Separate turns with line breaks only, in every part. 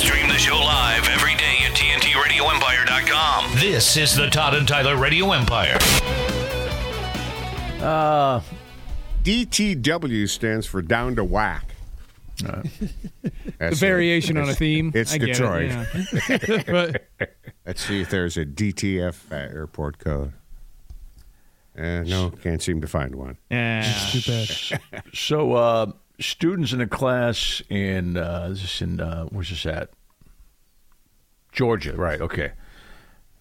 Stream the show live every day at TNTRadioEmpire.com. This is the Todd and Tyler Radio Empire.
DTW E stands for down to whack.
Uh, The variation on a theme.
It's
I get it,
Detroit.
yeah. but
Let's see if there's a DTF at airport code. Uh, no, can't seem to find one.
yeah,
Too bad.
So, uh, students in a class in uh, is this in uh, where's this at? Georgia, right? Okay.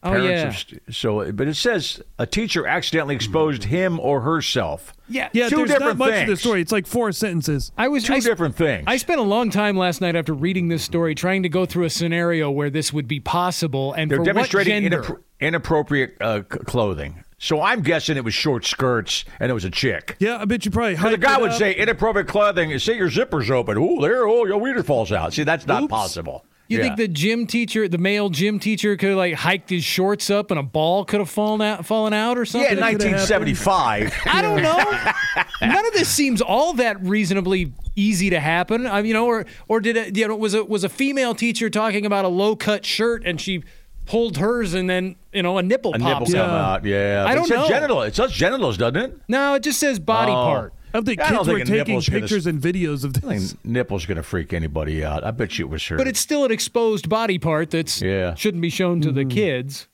Oh, yeah.
of st- so, but it says a teacher accidentally exposed him or herself.
yeah,
Yeah,
Two
there's not
different
much to the
things.
story. It's like four sentences.
I was
Two
I,
different things.
I spent a long time last night after reading this story trying to go through a scenario where this would be possible and
They're
for
demonstrating
what gender.
inappro- inappropriate uh, c- clothing. So I'm guessing it was short skirts and it was a chick.
Yeah, I bet you probably.
'Cause The
hyped
guy
it
would
up.
say inappropriate clothing. Say your zipper's open. Ooh, there. Oh, your wiener falls out. See, that's not
Oops.
possible.
you
Yeah.
think the gym teacher, the male gym teacher, could have like hiked his shorts up and a ball could have fallen out, fallen out or something?
yeah, 1975.
I don't know. None of this seems all that reasonably easy to happen. I, you know, or or did it, you know was a was a female teacher talking about a low cut shirt and she pulled hers and then you know a nipple
a nipple
pops
come
out.
out. Yeah,
I
But
don't
it says
know.
Genital. It says genitals, doesn't it?
No, it just says body
Oh.
part.
I don't think
I don't
kids
think a
were taking
nipple's gonna
pictures and videos of
I
this.
think nipple's gonna freak anybody out. I bet you it was her.
But it's still an exposed body part that's
Yeah.
shouldn't be shown to the
Mm-hmm.
kids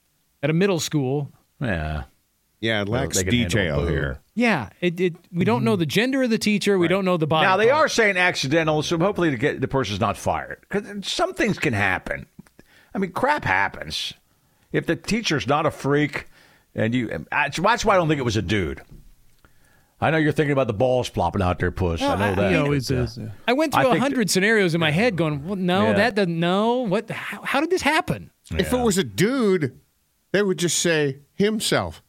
at a middle school.
yeah.
Yeah, it lacks
they can handle
detail
both.
here.
Yeah, it, it we don't know the gender of the teacher. We don't know the body.
Mm-hmm. Now they
part.
are saying accidental, so hopefully to get the person's not fired because some things can happen. I mean, crap happens. If the teacher's not a freak, and you, and that's that's why I don't think it was a dude. I know you're thinking about the balls flopping out there, puss. I know that.
He always is. yeah.
I went
I
through a
think-
hundred scenarios in my head, going, well, "No,
Yeah.
that doesn't. No, what? How, how did this happen?"
If it was a dude, they would just say himself.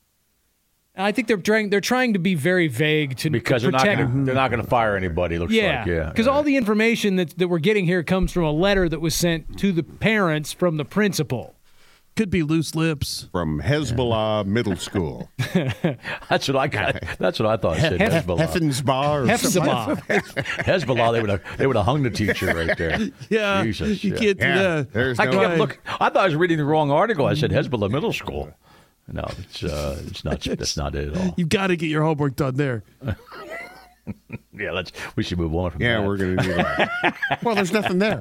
I think they're trying. They're trying to be very vague to
because
to
they're not
protect.
gonna, they're not going to fire anybody. Looks
yeah,
like yeah.
because all the information that that we're getting here comes from a letter that was sent to the parents from the principal.
Could be loose lips.
From Hezbollah Middle School.
that's what I got. That's what I thought. It said Hezbollah.
Heffen's Bar. or something.
Hefzibah.
Hezbollah. They would have they would have hung the teacher right there.
Yeah,
Jesus.
you
yeah.
can't.
Yeah,
Yeah,
there's
I
no-
kept
Right.
look. I thought I was reading the wrong article. I said Hezbollah Middle School. No, it's uh, it's not. That's not it at all.
You got to get your homework done there.
Yeah, let's. We should move on from
Yeah,
that.
we're going to do that. well, there's nothing there.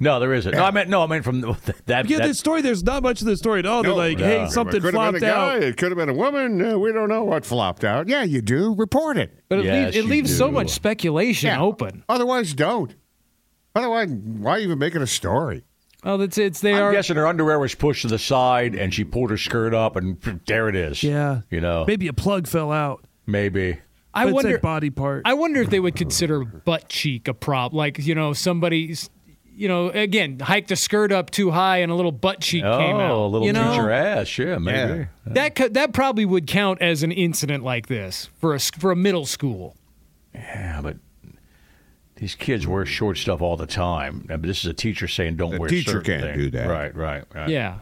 No, there isn't. No, I meant no. I meant from the, that.
Yeah,
that-
this story. There's not much of the story at all.
No,
they're like,
no.
hey, something
It could have
flopped
been a guy.
out.
It could have been a woman. Uh, we don't know what flopped out. Yeah, you do. Report it.
But it,
Yes,
leaves, it
you
leaves so
do.
much speculation
Yeah.
open.
Otherwise, don't. Otherwise, why even make it a story?
Oh, that's it's. They
I'm
are.
guessing her underwear was pushed to the side, and she pulled her skirt up, and there it is.
Yeah,
you know, maybe.
maybe a plug fell out.
I
But it's
wonder.
that body part.
I wonder if they would consider butt cheek a prop. Like you know, somebody's. You know, again, hiked the skirt up too high and a little butt cheek
Oh,
came out.
a little
you know?
teacher ass. Yeah, maybe.
Yeah.
That cou- that probably would count as an incident like this for a s- for a middle school.
Yeah, but these kids wear short stuff all the time. I mean, this is a teacher saying don't
The
wear.
teacher
certain
can't
things.
do that.
Right, right, right.
Yeah.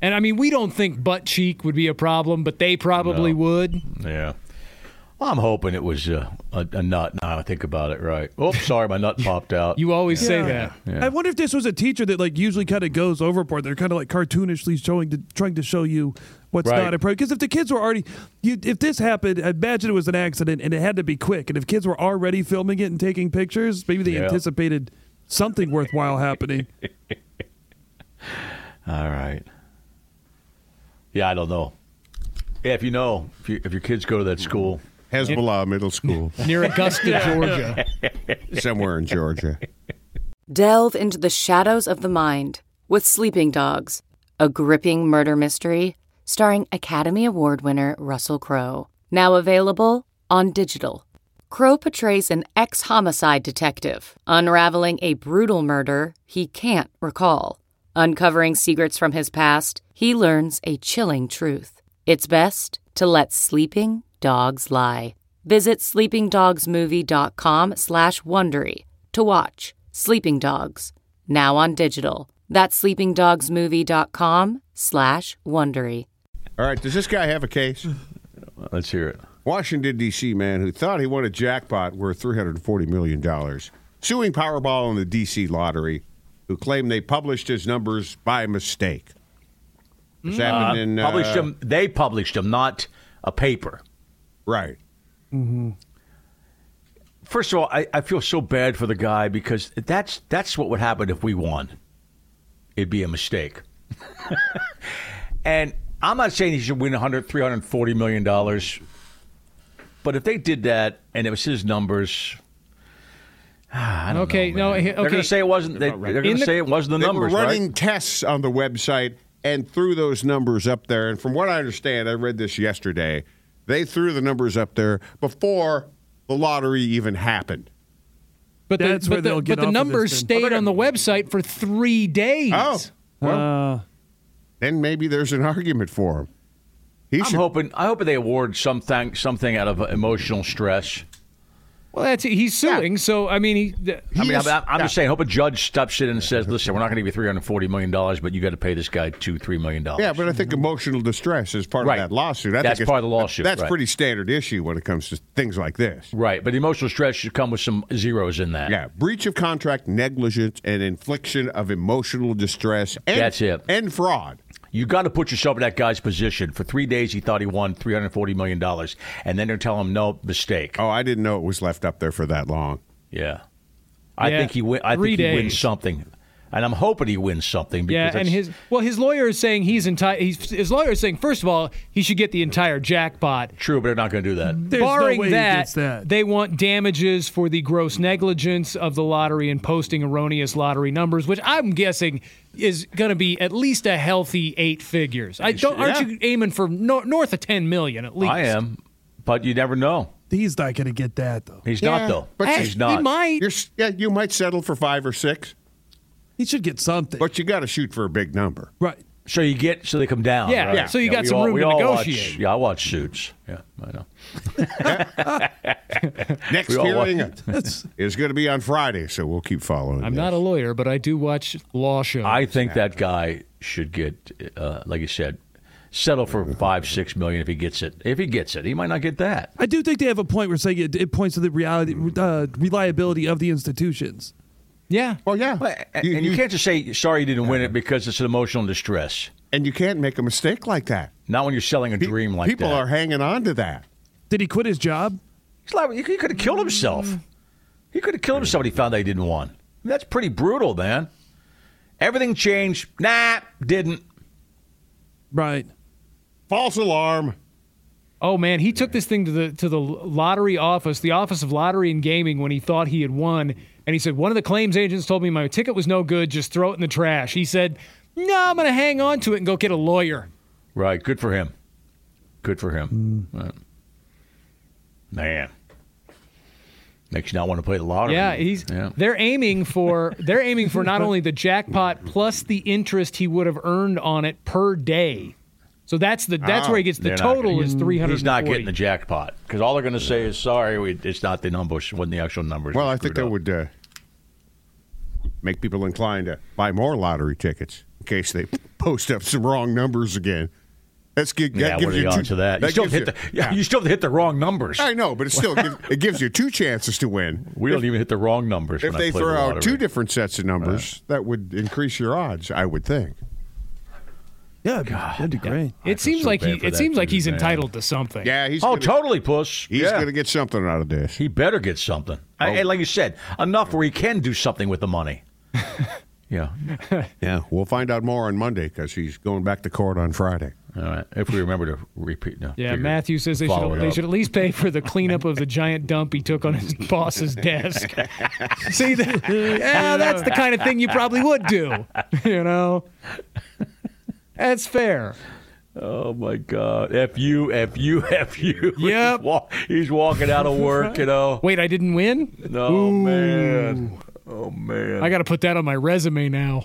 And I mean, we don't think butt cheek would be a problem, but they probably would.
Yeah. Well, I'm hoping it was uh, a, a nut. Now I think about it, right? Oh, sorry, my nut popped out.
You always say that.
I wonder if this was a teacher that like usually kind of goes overboard. They're kind of like cartoonishly showing, to, trying to show you what's
Right.
not appropriate. Because if the kids were already, you, if this happened, I imagine it was an accident and it had to be quick. And if kids were already filming it and taking pictures, maybe they
Yeah.
anticipated something worthwhile happening.
All right. Yeah, I don't know. Yeah, if you know, if, you, if your kids go to that school,
Hezbollah Middle School,
Near Augusta, Georgia.
somewhere in Georgia.
Delve into the shadows of the mind with Sleeping Dogs, a gripping murder mystery starring Academy Award winner Russell Crowe. Now available on digital. Crowe portrays an ex homicide detective unraveling a brutal murder he can't recall. Uncovering secrets from his past, he learns a chilling truth. It's best to let sleeping dogs lie. Visit sleepingdogsmovie.com slash Wondery to watch Sleeping Dogs, now on digital. That's sleepingdogsmovie.com slash Wondery.
All right, does this guy have a case?
let's hear it.
Washington, D.C. man who thought he won a jackpot worth $340 million, suing Powerball and the D.C. lottery, who claimed they published his numbers by mistake.
Hmm.
This happened in. Uh,
published them. They published them, not a paper.
Right.
First of all, I, I feel so bad for the guy because that's that's what would happen if we won. It'd be a mistake. and I'm not saying he should win 100, 340 million dollars, but if they did that and it was his numbers,
okay, no, he-
they're
okay.
going to say it wasn't. They, are going
In
to
the-
say it wasn't the
They
numbers,
were
right?
running tests on the website and threw those numbers up there. And from what I understand, I read this yesterday, they threw the numbers up there before the lottery even happened.
but the,
That's
but
where
the,
they'll get
but the
off of this
numbers
then.
stayed on the website for three days.
Oh, well,
Uh,
then maybe there's an argument for him. He
I'm
should
hoping. I hope they award something something out of emotional stress.
Well, that's he's suing, so I mean, he, the,
I mean, I'm, I'm just saying. Hope a judge steps in and says, "Listen, we're not going to give you 340 million dollars, but you got to pay this guy two, three million dollars."
Yeah, but I think emotional distress is part
Right.
of that lawsuit. I
That's
think it's-
part of the lawsuit,
That's
right.
pretty standard issue when it comes to things like this.
right. But emotional stress should come with some zeros in that.
Yeah, breach of contract, negligence, and infliction of emotional distress. And,
That's it.
And fraud.
You got to put yourself in that guy's position. For three days, he thought he won 340 million dollars, and then they're telling him no mistake.
Oh, I didn't know it was left up there for that long.
Yeah. I
Yeah.
think he win. I
Three
think he wins
days.
something, and I'm hoping he wins something. Because
yeah, and
that's-
his well, his lawyer is saying he's entitled. He's his lawyer is saying first of all he should get the entire jackpot.
true, but they're not going to do that.
there's
Barring
no way he
that,
gets that.
they want damages for the gross negligence of the lottery and posting erroneous lottery numbers, which I'm guessing is going to be at least a healthy eight figures. I don't. Aren't
Yeah.
you aiming for no, north of ten million at least?
I am, but you never know.
he's not going to get that though.
He's
Yeah,
not though.
but
Hey,
he's not.
He might.
You're, s- yeah, you might settle for five or six,
He should get something.
but you got to shoot for a big number.
right.
So you get so they come down.
Yeah,
right?
yeah. So you got
we
some
all-
room
we
to
all Watch,
negotiate.
yeah, I watch Suits. Yeah, I know.
Next
all
hearing
want-
is going to be on Friday, so we'll keep following.
I'm not a lawyer, but I do watch law shows.
I think that guy should get, uh, like you said, settle for five, six million if he gets it. If he gets it, he might not get that.
I do think they have a point where saying it, it points to the reality, uh, reliability of the institutions.
yeah.
Well, yeah,
And
you,
you,
uh, you-
can't just say sorry you didn't win it because it's an emotional distress.
and you can't make a mistake like that.
Not when you're selling a
Pe-
dream like
people
that.
are hanging on to that.
Did he quit his job?
He's like, he could have
Mm.
killed himself. He could have killed himself. If he found out he didn't win. That's pretty brutal, man. Everything changed. Nah, didn't.
Right.
False alarm.
Oh man, he took this thing to the to the lottery office, the office of lottery and gaming, when he thought he had won, and he said one of the claims agents told me my ticket was no good. Just throw it in the trash. He said, "No, I'm going to hang on to it and go get a lawyer."
Right. Good for him. Good for him.
Mm.
Right. Man. Makes you not want to play the lottery.
Yeah, he's they're aiming for they're aiming for not only the jackpot plus the interest he would have earned on it per day. So that's the that's
Oh,
where he gets the
they're not
total is three hundred.
He's not getting the jackpot because all they're going to say is sorry, we, it's not the number, it wasn't the actual numbers.
Well,
we
I think
screwed
that
up."
would uh, make people inclined to buy more lottery tickets in case they post up some wrong numbers again. That's good.
Yeah,
that
what
gives
are the
you two-
odds of that? You still
gives
hit the yeah, you still hit the wrong numbers.
I know, but it still gives, it gives you two chances to win.
We don't even hit the wrong numbers.
If
when I
they
play
throw
the
out
lottery.
two different sets of numbers, that would increase your odds, I would think.
Yeah, that'd be great.
It seems
so
like he
bad for
it
that
seems like
dude,
he's
man.
entitled to something.
Yeah, he's
Oh,
gonna,
totally, push.
he's
yeah.
going to get something out of this.
He better get something. Oh. I, and like you said, enough where he can do something with the money. yeah.
Yeah, we'll find out more on Monday because he's going back to court on Friday.
All right. If we remember to repeat. No,
Yeah,
figure-
Matthew says they
follow
should,
it
they
up.
should at least pay for the cleanup of the giant dump he took on his boss's desk. See, that, yeah, that's the kind of thing you probably would do. You know, that's fair.
Oh my God! F you, F you, F you.
Yep.
He's, walk, he's walking out of work. You know.
Wait, I didn't win.
No man. Oh man.
I got to put that on my resume now.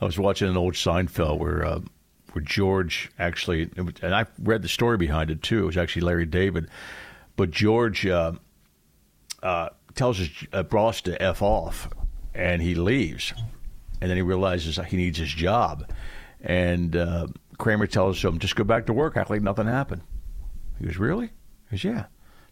I was watching an old Seinfeld where uh, where George actually, it was- and I read the story behind it too. It was actually Larry David, but George uh, uh, tells his uh, boss to f off, and he leaves, and then he realizes he needs his job, and uh, Kramer tells him just go back to work, act like nothing happened. He goes, really? He goes, yeah.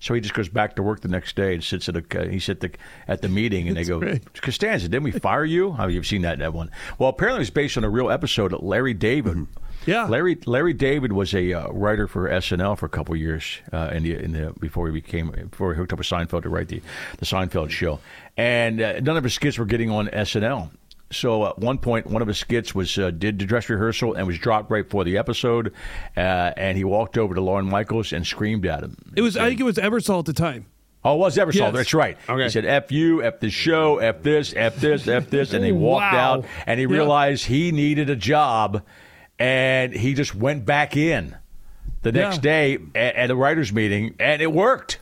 So he just goes back to work the next day and sits at a uh, he sits at the, at the meeting and they go Costanza didn't we fire you? Oh, you've seen that that one. Well, apparently it's based on a real episode of Larry David.
Yeah.
Larry Larry David was a uh, writer for SNL for a couple years uh, in the in the before he became before he hooked up with Seinfeld to write the the Seinfeld show, and uh, none of his skits were getting on SNL. So at one point, one of his skits was uh, did the dress rehearsal and was dropped right before the episode, uh, and he walked over to Lauren Michaels and screamed at him.
It was. I think it was Ebersol at the time.
Oh, it was Eversol.
Yes.
That's right.
Okay.
He said, F you, F this show, F this, F this, F this. And he walked
Wow.
out and he realized he needed a job and he just went back in the next
Yeah.
day at, at a writer's meeting and it worked.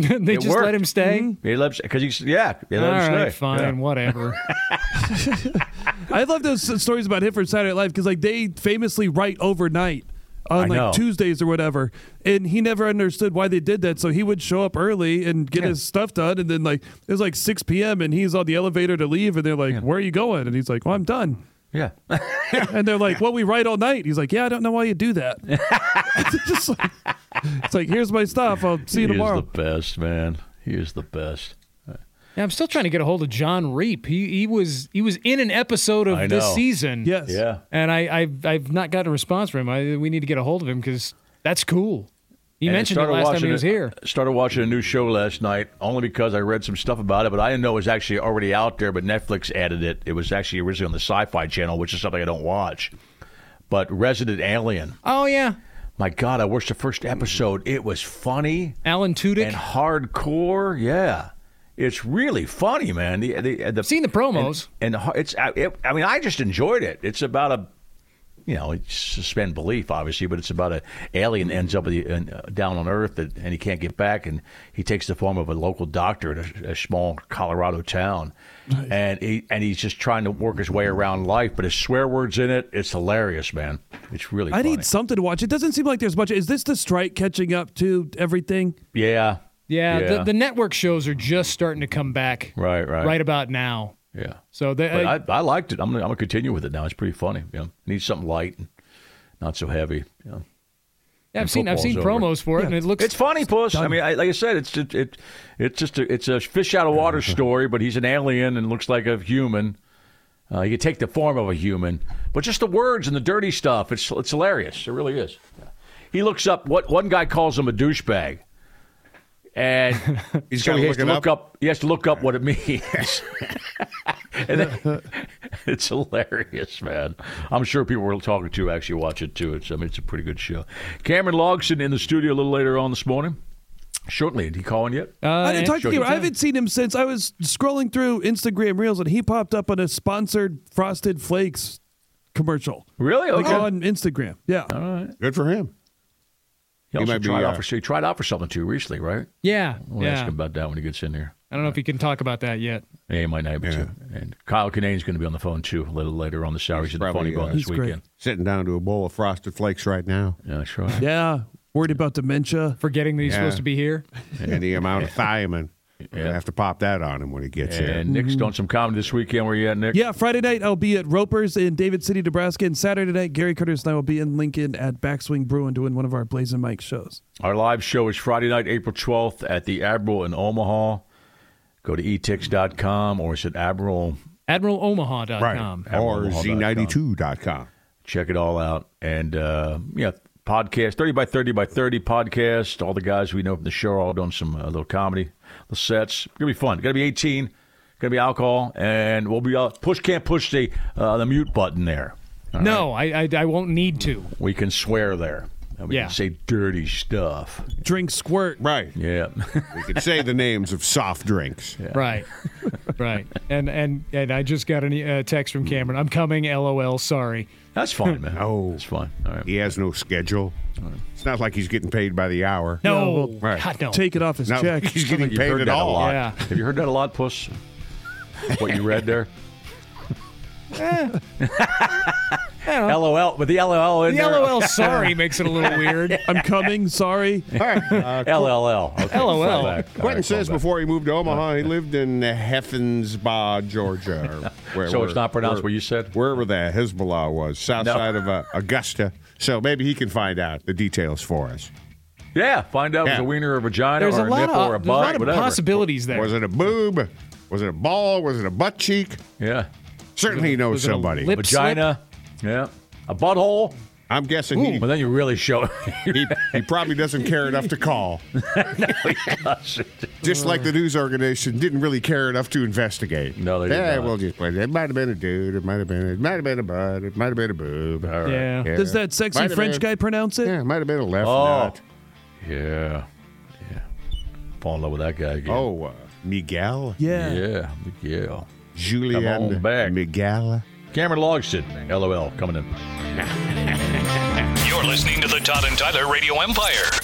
they
It
just
worked.
let him
Mm-hmm.
stay.
He let because he's, yeah, they
All
let him
right,
stay.
fine, whatever.
I love those s- stories about him for Saturday Night Live because like they famously write overnight
I
on
know.
like Tuesdays or whatever, and he never understood why they did that. So he would show up early and get his stuff done, and then like it was like six p.m. and he's on the elevator to leave, and they're like, "Where are you going?" And he's like, "Well, I'm done."
Yeah. yeah.
And they're like, "Well, we write all night." He's like, "Yeah, I don't know why you do that." it's, just like, it's like, "Here's my stuff. I'll see you
he is
tomorrow."
the best, man. He is the best.
Yeah, I'm still trying to get a hold of John Reap. He he was he was in an episode
I
of this
know.
season.
yes.
Yeah.
and I, I've I've not gotten a response from him. I, we need to get a hold of him because that's cool. He
And I
mentioned it
started
last time he
watching
was
it-
here.
Started watching a new show last night only because I read some stuff about it, but I didn't know it was actually already out there. But Netflix added it. It was actually originally on the Sci-Fi Channel, which is something I don't watch. But Resident Alien,
Oh yeah,
my God, I watched the first episode. It was funny
Alan Tudyk.
and hardcore. Yeah, it's really funny, man. The, the, the,
Seen the promos.
and, and it's. I- It, I mean, I just enjoyed it. It's about a. You know, it's suspend belief, obviously, but it's about a alien ends up at the, and, uh, down on Earth that, and he can't get back, and he takes the form of a local doctor in a, a small Colorado town, and he and he's just trying to work his way around life. But his swear words in it, it's hilarious, man. It's really.
I
funny.
need something to watch. It doesn't seem like there's much. Is this the strike catching up to everything?
Yeah.
yeah, The, the network shows are just starting to come back
Right, right.
right about now.
yeah.
So uh, they,
But I, I liked it. I'm gonna, I'm gonna continue with it now. It's pretty funny. You know, need something light and not so heavy. You know.
yeah, I've
and
seen I've seen promos
football's over.
for it, and it looks
It's funny, Puss. I mean, I, like I said, it's just, it, it's just a, it's a fish out of water story. But he's an alien and looks like a human. Uh, he could take the form of a human, but just the words and the dirty stuff. It's it's hilarious. It really is. He looks up what one guy calls him a douchebag, and
He's
so
gotta
he has
look
to
it
look up. He has to look up what it means. and then, it's hilarious, man. I'm sure people we're talking to actually watch it too. It's I mean, it's a pretty good show. Cameron Logson in the studio a little later on this morning. Shortly, did he call in yet?
Uh,
I didn't talk to
sure
him.
you
I haven't seen him since I was scrolling through Instagram Reels, and he popped up on a sponsored Frosted Flakes commercial.
really?
Oh.
Like
Okay.
on Instagram, yeah.
Good for him.
He,
He
also
might be,
tried
uh,
out for, so he tried out for something too recently, right?
Yeah.
We'll
yeah.
ask him about that when he gets in here.
I don't know if he can talk about that yet.
Yeah, he might not be able to. And Kyle Kinane's going to be on the phone too a little later on the show. He's at the
probably,
funny bone
uh,
this weekend.
Sitting down to a bowl of frosted flakes right now,
Yeah, that's right.
Yeah, Uh, worried about dementia.
Forgetting that he's
Yeah.
supposed to be here.
and the amount of thiamine. I have to pop that on him when he gets here.
And Nick's doing some comedy this weekend. Where you at, Nick?
Mm-hmm. Yeah, Friday night I'll be at Roper's in David City, Nebraska, and Saturday night Gary Curtis and I will be in Lincoln at Backswing Brewing doing one of our Blazing Mike shows.
Our live show is Friday night, April 12th at the Admiral in Omaha. Go to e etix.com or it's at Admiral.
AdmiralOmaha.com.
Or z92.com.
Check it all out. And, uh, yeah, podcast, 30 by 30 by 30 podcast. All the guys we know from the show are all doing some uh, little comedy, little sets. Going to be fun. Going to be 18. Going to be alcohol. And we'll be out. Push can't push the, uh, the mute button there.
No, I, I I won't need to.
We can swear there. And we
Yeah.
can say dirty stuff.
Drink squirt.
Right.
Yeah.
We could say the names of soft drinks.
Right, right. And and and I just got a uh, text from Cameron. I'm coming. LOL. Sorry.
That's fine, man.
Oh.
That's fine. All right.
He has no schedule. It's not like he's getting paid by the hour.
No.
well,
Right.
God no.
Take it off his
Not like
check.
he's getting
You've
paid
heard
at
that a
all.
lot.
Yeah.
Have you heard that a lot, Puss? What you read there?
Eh.
LOL, but the LOL in
the
there.
LOL. Sorry makes it a little weird.
I'm coming. Sorry.
All right. Uh,
LLL. Okay,
LOL.
fall back. All
Quentin
right, fall
says
back.
before he moved to Omaha, he lived in Heffensbach, Georgia. or where-
So it's
where-
not pronounced
where-
what you said?
Wherever the Hezbollah was, south
No.
side of uh, Augusta. So maybe he can find out the details for us.
Yeah, find out if it's a
Yeah.
wiener or a vagina
There's
or
a
a,
lot
nipple or a
of, there's a
butt,
lot of
whatever.
possibilities there.
Was it a boob? Was it a ball? Was it a butt cheek?
Yeah.
Certainly he knows
was it a
somebody.
lip-
Vagina. Yeah. A butthole.
I'm guessing he,
Well, then you really show
he, he probably doesn't care enough to call. Just like the news organization didn't really care enough to investigate.
No, they did
yeah,
not.
we'll just wait. It might have been a dude. It might have been. It might have been a butt. It might have been a boob. All right.
Yeah.
Does that sexy
Might have
French
been-
guy pronounce it?
Yeah, it might have been a left
Oh.
nut.
Yeah. Yeah. Fall in love with that guy again.
Oh, uh, Miguel,
Yeah.
Yeah. Yeah. Come on
Julian,
back.
Miguel.
Cameron Logston. LOL. Coming in.
You're listening to the Todd and Tyler Radio Empire.